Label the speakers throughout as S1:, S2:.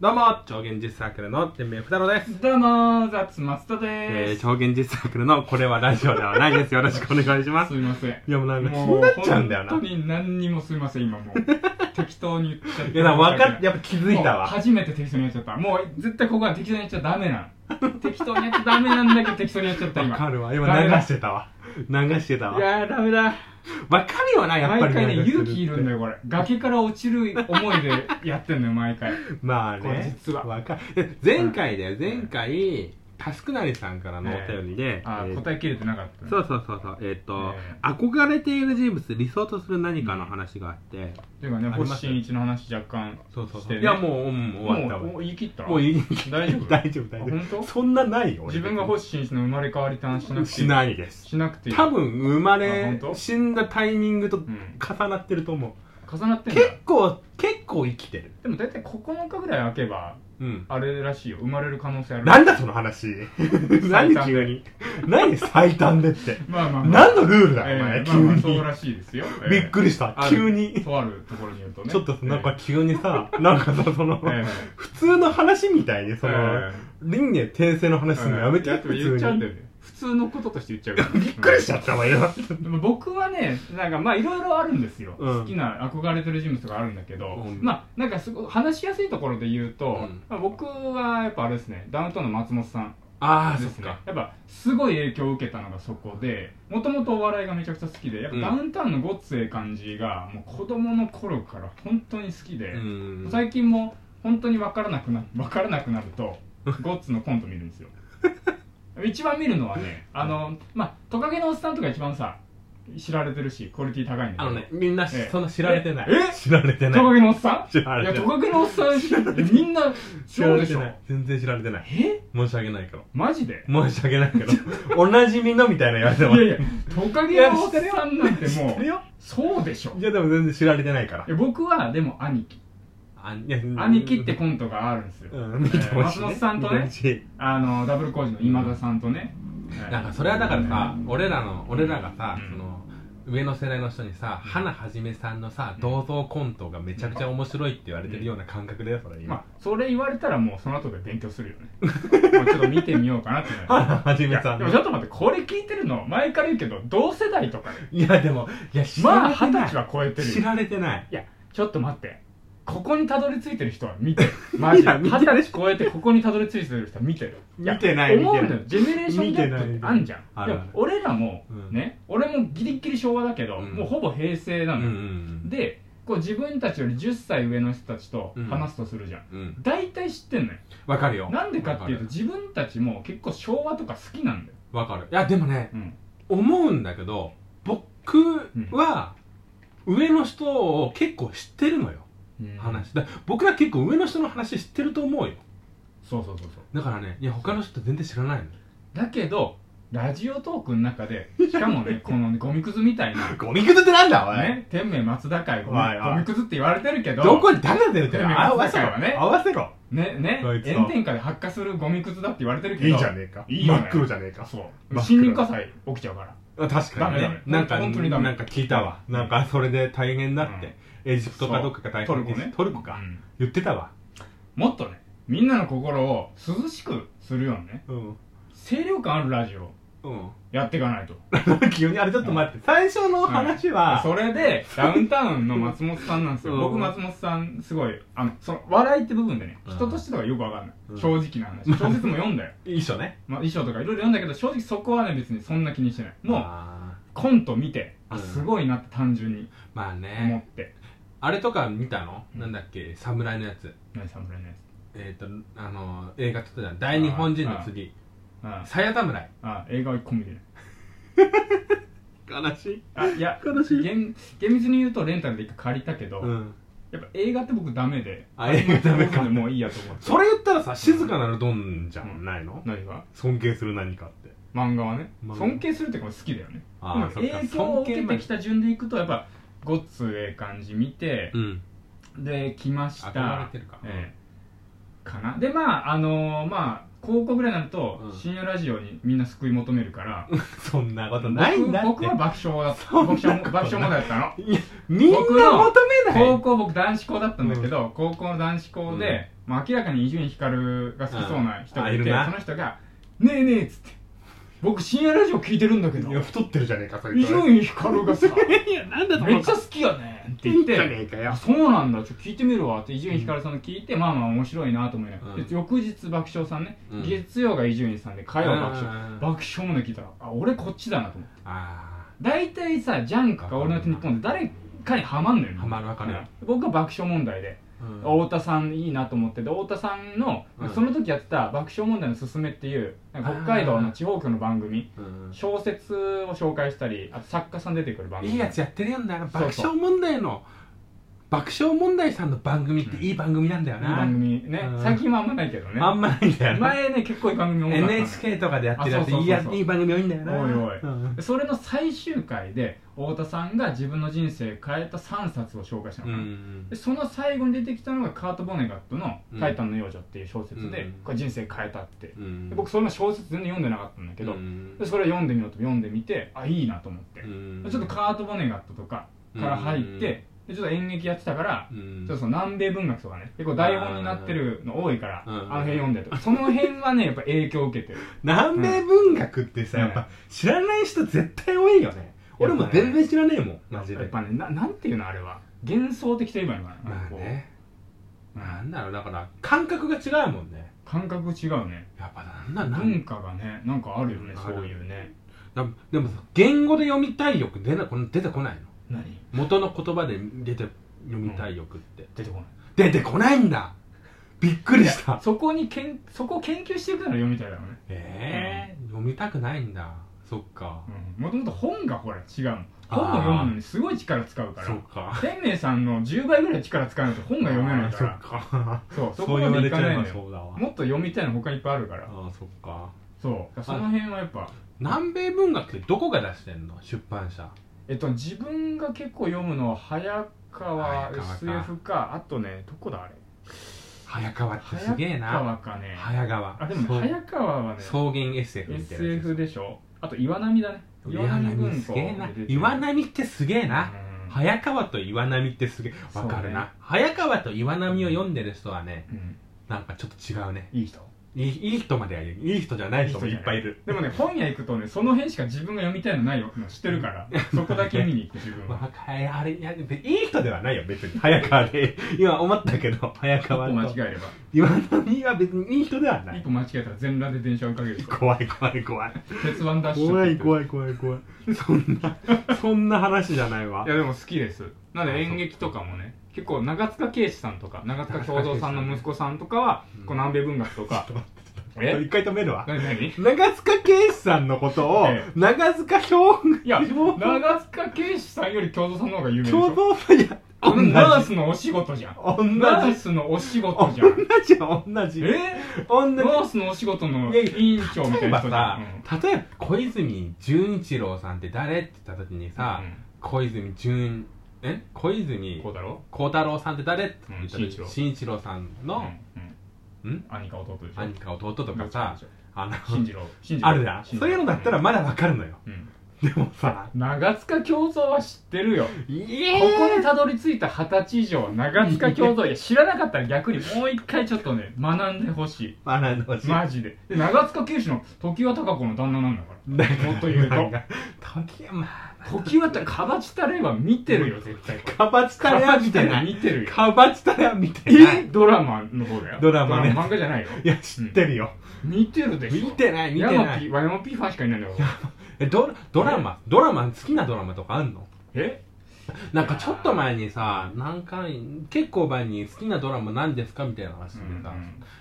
S1: どうも、超現実サークルの天命ふたろです。
S2: どうもー、ザッツマスタ
S1: え
S2: で
S1: ー、
S2: す。
S1: 超現実サークルのこれはラジオではないです。よろしくお 願いします
S2: す。いません。
S1: いや、もう なんか気
S2: も
S1: になっちゃうんだよな。
S2: 本当
S1: い
S2: に何にもすいません、今もう。適当に言っちゃって。
S1: や、なんか分かっやっぱ気づいた
S2: もう
S1: わ。
S2: 初めて適当にやっちゃった。もう絶対ここは適当にやっちゃダメなの。適当にやっちゃダメなんだけど適当にやっちゃった、
S1: 分か
S2: 今。
S1: るわ。今
S2: ダ
S1: 流
S2: メだ
S1: してたわ。流してた
S2: い
S1: わ。
S2: やー、ダメだ。
S1: 分かるよな、やっぱ
S2: 毎
S1: り。
S2: 回ね、勇気いるんだ
S1: よ。
S2: よ、これ。崖から落ちる思いでやってんのよ、毎回。
S1: まあ
S2: これ
S1: ね。
S2: 実は
S1: 分かる。前回だよ、前回、タスクなりさんからのお便りで、
S2: あー、
S1: えー
S2: 答えきれてなかったね。
S1: そうそうそうそう、えーっと
S2: え、
S1: 憧れている人物、理想とする何かの話があって、
S2: ていうかね、
S1: あります
S2: 星新一の話若干。
S1: そうそう
S2: し
S1: そ
S2: て
S1: う。
S2: ね
S1: いや、もう、うん、終わったわ
S2: もう。お言い切った
S1: もういい
S2: 大丈夫
S1: 大丈夫大
S2: あ
S1: 丈
S2: 本当
S1: 夫そんなないよ俺
S2: 自分が星新一の生まれ変わりって話しなくていい
S1: しないです
S2: しなくていい
S1: 多分生ま
S2: あ
S1: れ
S2: 本当
S1: 死んだタイミングと
S2: ん
S1: 重なってると思
S2: 重なっ
S1: う
S2: てんだ
S1: 結構結構生きてる
S2: でも大体9日ぐらい空けば
S1: うん
S2: あれらしいよ生まれる可能性ある
S1: なんだその話何急に何最短でって
S2: まあまあまあ
S1: 何のルールだ
S2: え
S1: お前
S2: えまあまあ
S1: 急
S2: そう
S1: に
S2: らしいですよええ
S1: びっくりした
S2: ある
S1: 急に
S2: とあるところによるとね
S1: ちょっとなんか急にさ なんかさその
S2: えええ
S1: 普通の話みたいにそ
S2: え
S1: の輪廻転生の
S2: え
S1: 話するのやめて
S2: いでも言
S1: 普
S2: っちゃ
S1: 通
S2: うんだよ
S1: に
S2: ね普通のこととして言っちゃうから
S1: びっくりしちゃったわよ
S2: でも僕はねなんかまあいろいろあるんですよ、
S1: うん
S2: 好きな憧れてる人物とかあるんだけど、
S1: うん
S2: まあなんかすごい話しやすいところで言うと、
S1: うん
S2: まあ、僕はやっぱあれですねダウンタウンの松本さん
S1: ああそ
S2: で
S1: っ
S2: すね
S1: か
S2: やっぱすごい影響を受けたのがそこでもともとお笑いがめちゃくちゃ好きでやっぱ
S1: うん
S2: ダウンタウンのごっつええ感じがもう子供の頃から本当に好きで、
S1: うん
S2: 最近も本当に分からなくな分からなくなる とゴッツのコント見るんですよ一番見るのはねあのまあトカゲのおっさんとか一番さ知られてるしクオリティ高いん
S1: あ
S2: だけど
S1: のね、みんなし
S2: ええ
S1: そんな知られてない。
S2: え
S1: 知られて
S2: ト
S1: ない
S2: カ。ゲのおっさん
S1: 知ら
S2: い
S1: れ
S2: や
S1: て
S2: ト
S1: ない。
S2: カゲのおっさんみんな
S1: 知
S2: そ
S1: ら
S2: う
S1: れ
S2: で
S1: て
S2: しょ
S1: ない。全然知られてない。
S2: え
S1: 申し訳ないけど。
S2: マジ で
S1: 申し訳ないけど。 おなじみのみたいな言われても。
S2: いやいや、トカゲのおっさんなんて
S1: 知
S2: も
S1: ってる
S2: う、
S1: よ。
S2: そうでしょ
S1: い。や、でも全然知られてないから
S2: い。や僕はでも兄貴。
S1: あいや
S2: 兄貴ってコントがあるんですよ。
S1: うん、見てほしい、ね。
S2: 松本さんとね
S1: 見てほしい
S2: あの、ダブル工事の今田さんとね。はい
S1: なんかそれはだからさ、俺らの、俺らがさ、
S2: うん
S1: その、上の世代の人にさ、花はじめさんのさ、
S2: ん
S1: 銅像コントがめちゃくちゃ面白いって言われてるような感覚だよ、それ
S2: ま
S1: 今。
S2: あ、それ言われたらもうその後で勉強するよね。も うちょっと見てみようかなってなる
S1: 花 はじ
S2: い
S1: め
S2: や
S1: さん
S2: で
S1: の
S2: もち。ょっと待って、これ聞いてるの、前から言うけど、同世代とかね、
S1: いや、でも、い や、知
S2: ま
S1: ら
S2: あ
S1: れ
S2: 二
S1: て
S2: 十
S1: ない。
S2: 歳は超えてる
S1: 知
S2: よ。
S1: られてない。
S2: いや、ちょっと待って。ここにたどり着いてる人は見 てる。マジ
S1: い
S2: で。
S1: や見
S2: 二
S1: て
S2: 十歳超えてここにたどり着いてる人は見てる。や
S1: 見てない
S2: 思う
S1: 見て
S2: の
S1: な
S2: よ。ジェネレーションギャップってあんじゃ
S1: 見てない
S2: ん。
S1: 見てな
S2: で
S1: い
S2: も俺らも
S1: うん、
S2: ね、俺もギリギリ昭和だけど、
S1: うん
S2: もうほぼ平成な
S1: うん
S2: の
S1: う
S2: よ。
S1: ん
S2: で、こう自分たちより10歳上の人たちと話すとするじゃん。
S1: うん。うん。
S2: 大体知ってんのよ。
S1: わかるよ。
S2: なんでかっていうと、自分たちも結構昭和とか好きなんだよ。
S1: わかる。いや、でもね、
S2: うん。
S1: 思うんだけど、僕は、上の人を結構知ってるのよ。話。だ僕は結構上の人の話知ってると思うよ。
S2: そうそうそうそう。
S1: だからね、いや、他の人全然知らないの。
S2: だけど、ラジオトークの中で、しかもね、このねゴミくずみたいな、
S1: ゴミくずってなんだ、おい。
S2: ね、天命松田会ゴミ
S1: はいはい
S2: ゴミくずって言われてるけど、
S1: どこに誰が出るって
S2: いやいや
S1: 合わせろ
S2: 松坂はね
S1: 合わせろ。
S2: ね、ね
S1: こい、つは
S2: 炎天下で発火するゴミくずだって言われてるけど、
S1: ねえか
S2: いいよね
S1: ゃねえか。
S2: そう。
S1: 真っ
S2: 森
S1: 黒
S2: 林火災起きちゃうから。
S1: あ確かにね。
S2: ダメダメ
S1: なんか、
S2: 本当にダメ
S1: なんか聞いたわ。なんか、それで大変だって。エジプトかどっかが大変
S2: トルコね。
S1: トルコか
S2: う。ん
S1: 言ってたわ。
S2: もっとね、みんなの心を涼しくするようなね、
S1: うん。
S2: 清涼感あるラジオを
S1: うん。
S2: やっていかないと。
S1: 急にあれちょっと待って、最初の話は、
S2: それで、ダウンタウンの松本さんなんですよ。
S1: うん
S2: 僕、松本さん、すごい、あの、その、笑いって部分でね、
S1: うん
S2: 人としてとかよくわかんない。
S1: うん
S2: 正直な 話。小説も読んだよ。
S1: 一緒ね
S2: まあ、衣装とかいろいろ読んだけど、正直そこはね、別にそんな気にしてない。も
S1: ま
S2: う、コント見て、
S1: う
S2: あ、
S1: ん
S2: すごいなって単純に
S1: あまあ
S2: 思っ
S1: ね
S2: て。
S1: あれとか見たの、
S2: うん
S1: なんだっけ侍のやつ
S2: 何侍のやつ。
S1: えっ、とあの映画撮ってたの大日本人の次
S2: あ
S1: 鞘侍
S2: あ、映画は一個見てない。
S1: 悲しい
S2: あ、いや、
S1: 悲しい
S2: 厳厳密に言うとレンタルで一回借りたけど、
S1: うん
S2: やっぱ映画って僕ダメで、
S1: あ映画ダメか
S2: もうもういいやと思って。
S1: それ言ったらさ静かなるドンじゃん、
S2: うん
S1: ないの
S2: 何が
S1: 尊敬する何かって
S2: 漫画はね
S1: 漫画
S2: 尊敬するっていうか好きだよね
S1: あーそっ
S2: でも
S1: か
S2: 影響を受け
S1: 尊敬ま
S2: て
S1: で
S2: きた順でいくとやっぱごっつええ感じ見て、
S1: うん
S2: で来ました
S1: 憧れてるか
S2: ええかなでまああのーまあ高校ぐらいになると、
S1: うん
S2: 深夜ラジオにみんな救い求めるから
S1: そんなこと ないんだって
S2: 僕僕は爆笑だった
S1: そん
S2: 爆
S1: なことない
S2: 笑も爆笑問題だったの
S1: いやみんな求
S2: 僕の
S1: めない
S2: 高校僕男子校だったんだけど、高校の男子校で、まあ、明らかに伊集院光が好きそうな人が
S1: うんあい
S2: いて、
S1: るな
S2: その人が「ねえねえ」っつって「僕深夜ラジオ聞いてるんだけど
S3: いや太ってるじゃねえかそれ
S2: 伊集院光がさ
S1: いやなんだと
S2: め
S1: 思
S2: っ
S1: っ
S2: ちゃ
S1: た
S2: 好きやねん」って
S3: い
S2: 言
S3: い
S2: っ
S3: じゃ
S2: て
S3: ねえか
S2: 「あ
S3: よ
S2: そうなんだちょっと聞いてみるわ」って伊集院光さんの聞いて、まあまあ面白いなと思いながら、
S1: うん
S2: で翌日爆笑さんね、
S1: うん
S2: 月曜が伊集院さんで火曜が爆笑、
S1: うん
S2: 爆笑もね聞いたら「あ俺こっちだな」と思って
S1: あ
S2: 大体さジャンクか「俺の手日本」で誰かにハマんのよね
S1: ーハマるわかね
S2: 僕は爆笑問題で
S1: うん
S2: 太田さんいいなと思ってで太田さんの、
S1: うん
S2: その時やってた「爆笑問題のすすめ」っていうなんか北海道の地方局の番組
S1: うん
S2: 小説を紹介したりあと作家さん出てくる番組
S1: いいやつやってるよな
S2: そ
S1: 爆
S2: うそう
S1: 笑問題の爆笑問題さんの番組っていい番組なんだよ
S2: いい
S1: な、
S2: 番組ね、
S1: うん
S2: 最近はあんまないけどね
S1: あんまないんだよな
S2: 前ね結構いい番組多かったの
S1: NHK とかでやってるやつ
S2: あそうそうそうそう
S1: いいやいい番組多いんだよな
S2: おいおい
S1: うん
S2: それの最終回で太田さんが自分の人生変えた3冊を紹介した
S1: う
S2: のかな、
S1: ん
S2: でその最後に出てきたのがカート・ボネガットの
S1: う
S2: 「
S1: ん
S2: タイタンの幼女」っていう小説で、
S1: うん
S2: これ人生変えたって、
S1: うん
S2: で僕それの小説全然読んでなかったんだけど、
S1: うん
S2: でそれを読んでみようと読んでみてあいいなと思って、
S1: うん
S2: ちょっとカート・ボネガットとかから入って、
S1: うん
S2: でちょっと演劇やってたから、
S1: うん
S2: ちょっとその南米文学とかね結構台本になってるの多いから、
S1: うん
S2: あの辺読んで とかその辺はねやっぱ影響を受けてる
S1: 南米文学ってさ、
S2: うん
S1: やっぱ知らない人絶対多いよね俺も全然知らねえもんマジ
S2: やっ
S1: で
S2: ぱねななんていうのあれは幻想的といえばいいのかな
S1: まあね
S2: うん
S1: なんだろうだから感覚が違うもんね
S2: 感覚違うね
S1: やっぱなんだなん
S2: 文化がねなんかあるよねそういうね
S1: だでもさ言語で読みたい欲出なこの出てこないの
S2: 何
S1: 元の言葉で出て読みたい欲って、
S2: 出てこない
S1: 出てこないんだびっくりした
S2: そこにけんそこを研究していくなら読みたいだろうね
S1: ええー、読みたくないんだそっか、
S2: もともと本がほら違うの
S1: あー
S2: 本を読むのにすごい力使うか
S1: そ
S2: ら
S1: っか
S2: 天明さんの10倍ぐらい力使わないと本が読めないか
S1: あーそ
S2: ら
S1: っか
S2: そうそ
S1: そ
S2: こ
S1: う言
S2: ま
S1: わ
S2: で
S1: れ
S2: い
S1: ち
S2: かな
S1: ゃ
S2: い
S1: え
S2: の
S1: ば
S2: よ
S1: そうだわ
S2: もっと読みたいの他にいっぱいあるか
S1: あ
S2: ら
S1: あそっか
S2: そうその辺はやっぱ
S1: 南米文学ってどこが出してんの出版社
S2: えっと自分が結構読むのは早川
S1: 早川か
S2: SF かあとねどこだあれ
S1: 早川ってすげえ
S2: 早
S1: な
S2: 川かね
S1: 早川
S2: あでもね
S1: そう
S2: 早川はね
S1: 草原 SF みたいなやつ
S2: SF でしょあと岩波だね
S1: 岩波すげえな岩波ってすげえな、
S2: うん
S1: 早川と岩波ってすげえわかるな、
S2: そうね
S1: 早川と岩波を読んでる人はね
S2: うん
S1: なんかちょっと違うね
S2: いい人
S1: いいいい人まではいるいい人じゃない人もいっぱいいる
S2: でもね本屋行くとねその辺しか自分が読みたいのないよ知ってる からそこだけ見に行く自分
S1: ま
S2: は
S1: あかいあれいやでいい人ではないよ別に早川で今思ったけど早
S2: 一歩間
S1: 川
S2: 違
S1: と
S2: えれば
S1: 岩波は別にいい人ではない
S2: 一歩間違えたら全裸で電車を追いかけると
S1: 怖い怖い怖い
S2: 鉄腕ダッシュ
S1: 怖い
S2: い
S1: 怖い怖い怖いそんなそんな話じゃないわ
S2: いやでも好きですなので演劇とかもね結構長塚圭史さんとか長塚京三さんの息子さんとかは
S1: うん
S2: こう南米文学と かえ
S1: 一回止めるわ
S2: 何何い
S1: 長塚圭史さんのことを
S2: え
S1: 長塚評
S2: や
S1: もう
S2: 長塚圭史さんより京三さんの方が有名でし
S1: 共
S2: ょ
S1: 同さんや
S2: あ
S1: 同
S2: の
S1: じ
S2: ナースのお仕事じゃん
S1: 同じ
S2: ナースのお仕事じゃん
S1: 同じは同じ
S2: え
S1: 同
S2: ナースのお仕事の
S1: いやいや
S2: 委員長み
S1: じ例え
S2: たいな
S1: ば
S2: 人じ
S1: さ
S2: ゃんうん、
S1: 例えば小泉純一郎さんって誰って言った時にさ、
S2: うん
S1: 小泉純え小泉
S2: こうだろ
S1: 孝太郎さんって誰って言った
S2: うん慎一
S1: 時
S2: 郎
S1: 慎一郎さんの、
S2: うん兄か弟でしょ
S1: 兄か弟とかさあ
S2: 信
S1: の
S2: じろ信じろ
S1: あるじゃんそういうのだったら、まだわかるのよ
S2: 信じろうん
S1: でもさ
S2: 長塚京三は知ってるよ、
S1: い
S2: ここにたどり着いた二十歳以上は長塚京三いや知らなかったら逆にもう一回ちょっとね学んでほし
S1: まあなんだ
S2: いマジでで長塚圭史の常盤孝子の旦那なんだからもっと言うと
S1: なんか時まあ
S2: 時盤ってかばちたれは見てる よ絶対
S1: かばちたれは見てな
S2: かばち
S1: い
S2: たれ見てるよ
S1: かばちたれは見てない
S2: えドラマの方だよ
S1: ドラマね
S2: 漫画じゃないよ
S1: いや知ってるよ、
S2: 見てるでしょ
S1: 見てない見て
S2: ヤマ
S1: な
S2: ピ
S1: い
S2: ーはヤマピーファンしかいないんだよ
S1: えドラドラマドラマ好きなドラマとかあんの
S2: え
S1: なんかちょっと前にさ何回結構前に好きなドラマ何ですかみたいな話でさ、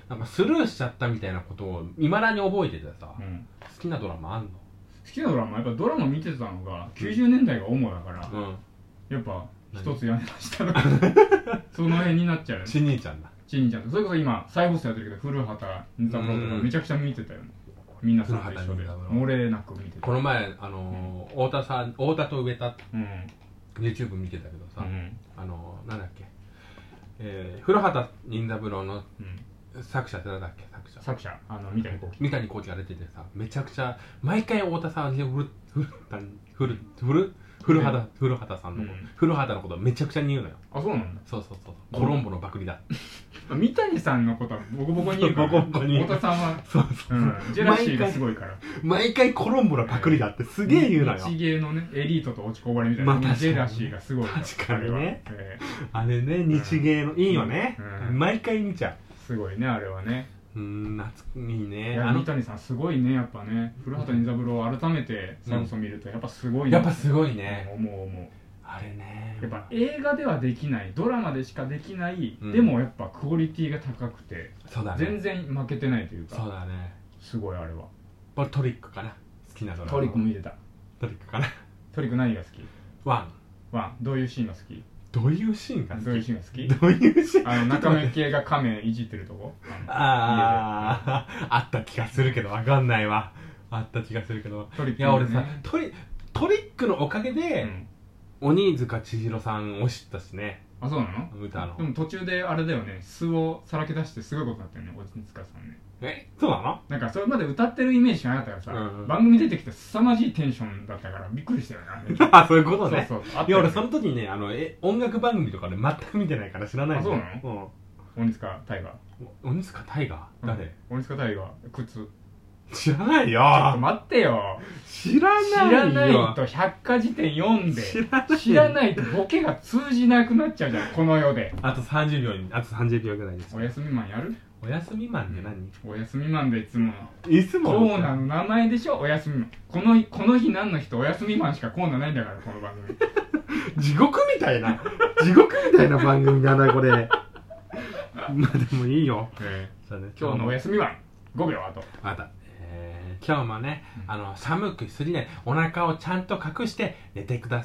S1: なんかスルーしちゃったみたいなことを未だに覚えててさ、
S2: うん
S1: 好きなドラマあんの
S2: 好きなドラマやっぱドラマ見てたのが90年代が主だから、
S1: うん
S2: やっぱ一つ屋根の下 とかその辺になっちゃうよね
S1: ちにいちゃんだ
S2: ちんちゃんとそれこそ今再放送やってるけど古畑任三郎と
S1: う
S2: か
S1: ん
S2: めちゃくちゃ見てたよねみんなさんと一緒で
S1: 古畑任三
S2: 漏れなく見てた
S1: この前あのー太田さん太田と上田
S2: うん、
S1: YouTube 見てたけど
S2: う
S1: さ、
S2: ん
S1: あのーなんだっけえー古畑任三郎の
S2: うん、
S1: 作者ってなんだっけ作者
S2: 作者あの三谷幸喜
S1: 三谷幸喜が出ててさめちゃくちゃ毎回太田さんに古古古古古畑古畑さんのこと、
S2: うん
S1: 古畑のことめちゃくちゃに言うのよ
S2: あそうなんだ
S1: そうそうそうコロンボのパクリだ、
S2: 三谷さんのことはボコボコに言うから
S1: ボコボコに言う
S2: 太田さんは、
S1: そうそうう、
S2: ん、ジェラシーがすごいから
S1: 毎回コロンボのパクリだってすげえ言うのよ、
S2: 日芸のねエリートと落ちこぼれみたいな、
S1: まあ確かに
S2: ジェラシーがすごいら
S1: 確かにね
S2: あれはえ
S1: あれね日芸のいいよね、
S2: うん
S1: 毎回見ちゃ
S2: えすごいねあれはね
S1: ううん懐いい
S2: い
S1: ね
S2: や
S1: あ
S2: 三
S1: の
S2: 谷さんすごいねやっぱね古畑任三郎を改めてそもそも見るとやっぱすごいね
S1: やっぱすごいね、
S2: うん思う思
S1: あれね
S2: うやっぱ映画ではできないドラマでしかできない、
S1: うん
S2: でもやっぱクオリティが高くて
S1: そうだ
S2: 全
S1: ね
S2: 然負けてないという
S1: そう
S2: か
S1: だね
S2: すごいあれは
S1: これトリックかな好きなドラマ
S2: トリックも入れた
S1: トリックかな
S2: トリック何が好き
S1: ワン
S2: ワンどういうシーンが好き
S1: どういうシーンが好き
S2: どういうシーンが好き
S1: どういうシーン
S2: あの中目系が亀いじってるとこ
S1: あああった気がするけどわかんないわあった気がするけど
S2: トリック
S1: いや俺さ
S2: ね
S1: トリトリックのおかげ
S2: う
S1: で、
S2: ん
S1: 鬼塚千尋さんを知ったしね
S2: あそうなの
S1: 歌の
S2: でも途中であれだよね素をさらけ出してすごいことになったよね落ち塚さんね
S1: えそうなの
S2: なんかそれまで歌ってるイメージしかなかったからさ、
S1: うん
S2: 番組出てきて凄まじいテンションだったからびっくりしたよね
S1: あそういうことね
S2: そうそうあっ
S1: い
S2: た
S1: や
S2: よ
S1: 俺
S2: ね
S1: その時ねあのえ音楽番組とかで全く見てないから知らない
S2: あそうな
S1: の
S2: 鬼塚大河
S1: うんお鬼塚大河誰、
S2: 鬼塚大河靴ち
S1: 知
S2: ょ
S1: らない
S2: っと
S1: よ
S2: 待ってよ
S1: 知ら
S2: 知
S1: ないよ
S2: らないと百科事典読んで
S1: 知らない
S2: 知らないとボケが通じなくなっちゃうじゃんこの世で
S1: あと30秒にあと30秒ぐらいです
S2: おやすみマンやる
S1: おやすみマンって何、
S2: おやすみマンでいつも
S1: いつも
S2: コーナーの名前でしょおやすみマンこのこの日何の人おやすみマンしかコーナーないんだからこの番 組
S1: 地獄みたいな 地獄みたいな番組だなこれ まあでもいいよ
S2: え
S1: そうだね
S2: ー今日のおやすみマン5秒後
S1: また、えー今日もねあの寒くすぎないお腹をちゃんと隠して寝てくだ